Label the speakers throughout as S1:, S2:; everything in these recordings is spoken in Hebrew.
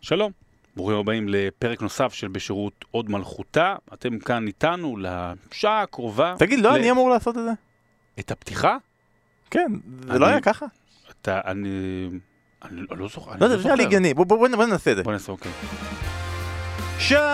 S1: שלום, ברוכים הבאים לפרק נוסף של בשירות עוד מלכותה. אתם כאן איתנו לשעה הקרובה.
S2: תגיד, לא
S1: ל-
S2: אני אמור לעשות את זה?
S1: את הפתיחה?
S2: כן,
S1: אני-
S2: זה לא היה ככה.
S1: אתה, אני... אני לא- לא זוכר. אני
S2: לא, זה נראה לי
S1: זוכר.
S2: הגיוני, כן. בוא- בוא בוא- בוא נעשה את זה.
S1: בוא נעשה, אוקיי.
S2: שלום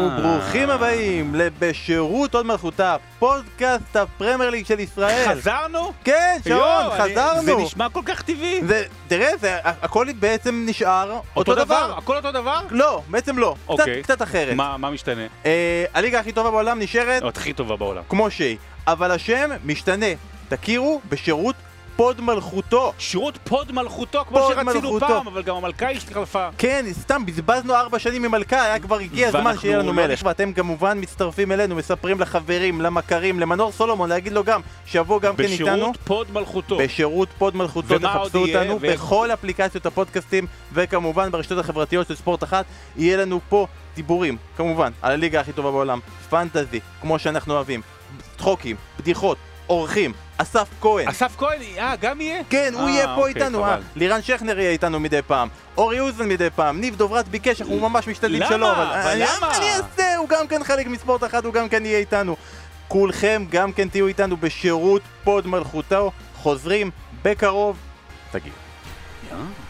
S1: אה.
S2: וברוכים הבאים לבשירות עוד מלכותה, פודקאסט הפרמייר ליג של ישראל.
S1: חזרנו?
S2: כן, שרון,
S1: יואו, אני- זה
S2: חזרנו.
S1: נשמע כל כך טבעי.
S2: זה- תראה, זה- ה- הכל בעצם נשאר אותו דבר.
S1: הכל אותו דבר?
S2: לא, בעצם לא, קצת-
S1: אוקיי.
S2: קצת אחרת.
S1: מה אוקיי. מה משתנה?
S2: אה, הליגה הכי טובה בעולם נשארת
S1: את הכי טובה בעולם.
S2: כמו שהיא, אבל השם משתנה. תכירו בשירות פוד מלכותו.
S1: שירות פוד מלכותו, כמו
S2: פוד
S1: שרצינו
S2: מלכותו.
S1: פעם, אבל גם המלכה השתחלפה.
S2: כן, סתם בזבזנו ארבע שנים ממלכה, היה כבר הגיע הזמן
S1: ואנחנו
S2: שיהיה לנו
S1: לא
S2: מלך. ואתם כמובן מצטרפים אלינו, מספרים לחברים, למכרים, למנור סולומון, להגיד לו גם, שיבוא גם כן איתנו.
S1: בשירות פוד מלכותו.
S2: בשירות פוד מלכותו,
S1: ומה עוד
S2: תחפשו
S1: יהיה?
S2: אותנו
S1: ו-
S2: בכל אפליקציות הפודקאסטים, וכמובן ברשתות החברתיות של ספורט אחת, יהיה לנו פה דיבורים, כמובן, על הליגה הכי טובה בעולם, פנטזי, כמו שאנחנו אוהבים, צחוקים, בדיחות, אורחים, אסף כהן.
S1: אסף כהן, אה, גם יהיה?
S2: כן, הוא
S1: אה,
S2: יהיה פה
S1: אוקיי,
S2: איתנו, אה?
S1: חבל.
S2: לירן שכנר יהיה איתנו מדי פעם, אורי אוזן מדי פעם, ניב דוברת ביקש, אנחנו ממש משתדלים
S1: למה?
S2: שלא, אה,
S1: אבל
S2: אני-
S1: למה?
S2: אני אעשה, הוא גם כן חלק מספורט אחת, הוא גם כן יהיה איתנו. כולכם גם כן תהיו איתנו בשירות פוד מלכותו, חוזרים בקרוב, תגידו.
S1: יואו.